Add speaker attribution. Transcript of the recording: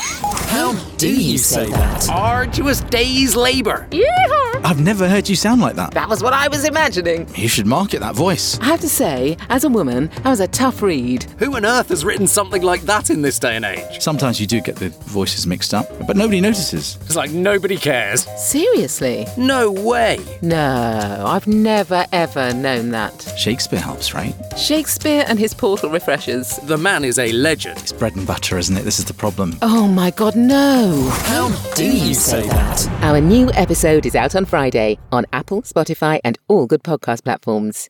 Speaker 1: How do you say that?
Speaker 2: Arduous day's labor.
Speaker 3: Yeehaw!
Speaker 1: I've never heard you sound like that.
Speaker 3: That was what I was imagining.
Speaker 1: You should market that voice.
Speaker 3: I have to say, as a woman, that was a tough read.
Speaker 2: Who on earth has written something like that in this day and age?
Speaker 1: Sometimes you do get the voices mixed up, but nobody notices.
Speaker 2: It's like nobody cares.
Speaker 3: Seriously?
Speaker 2: No way.
Speaker 3: No, I've never ever known that.
Speaker 1: Shakespeare helps, right?
Speaker 3: Shakespeare and his portal refreshers.
Speaker 2: The man is a legend.
Speaker 1: It's bread and butter, isn't it? This is the problem.
Speaker 3: Oh my god, no!
Speaker 1: How do you say that?
Speaker 3: Our new episode is out on Friday on Apple, Spotify, and all good podcast platforms.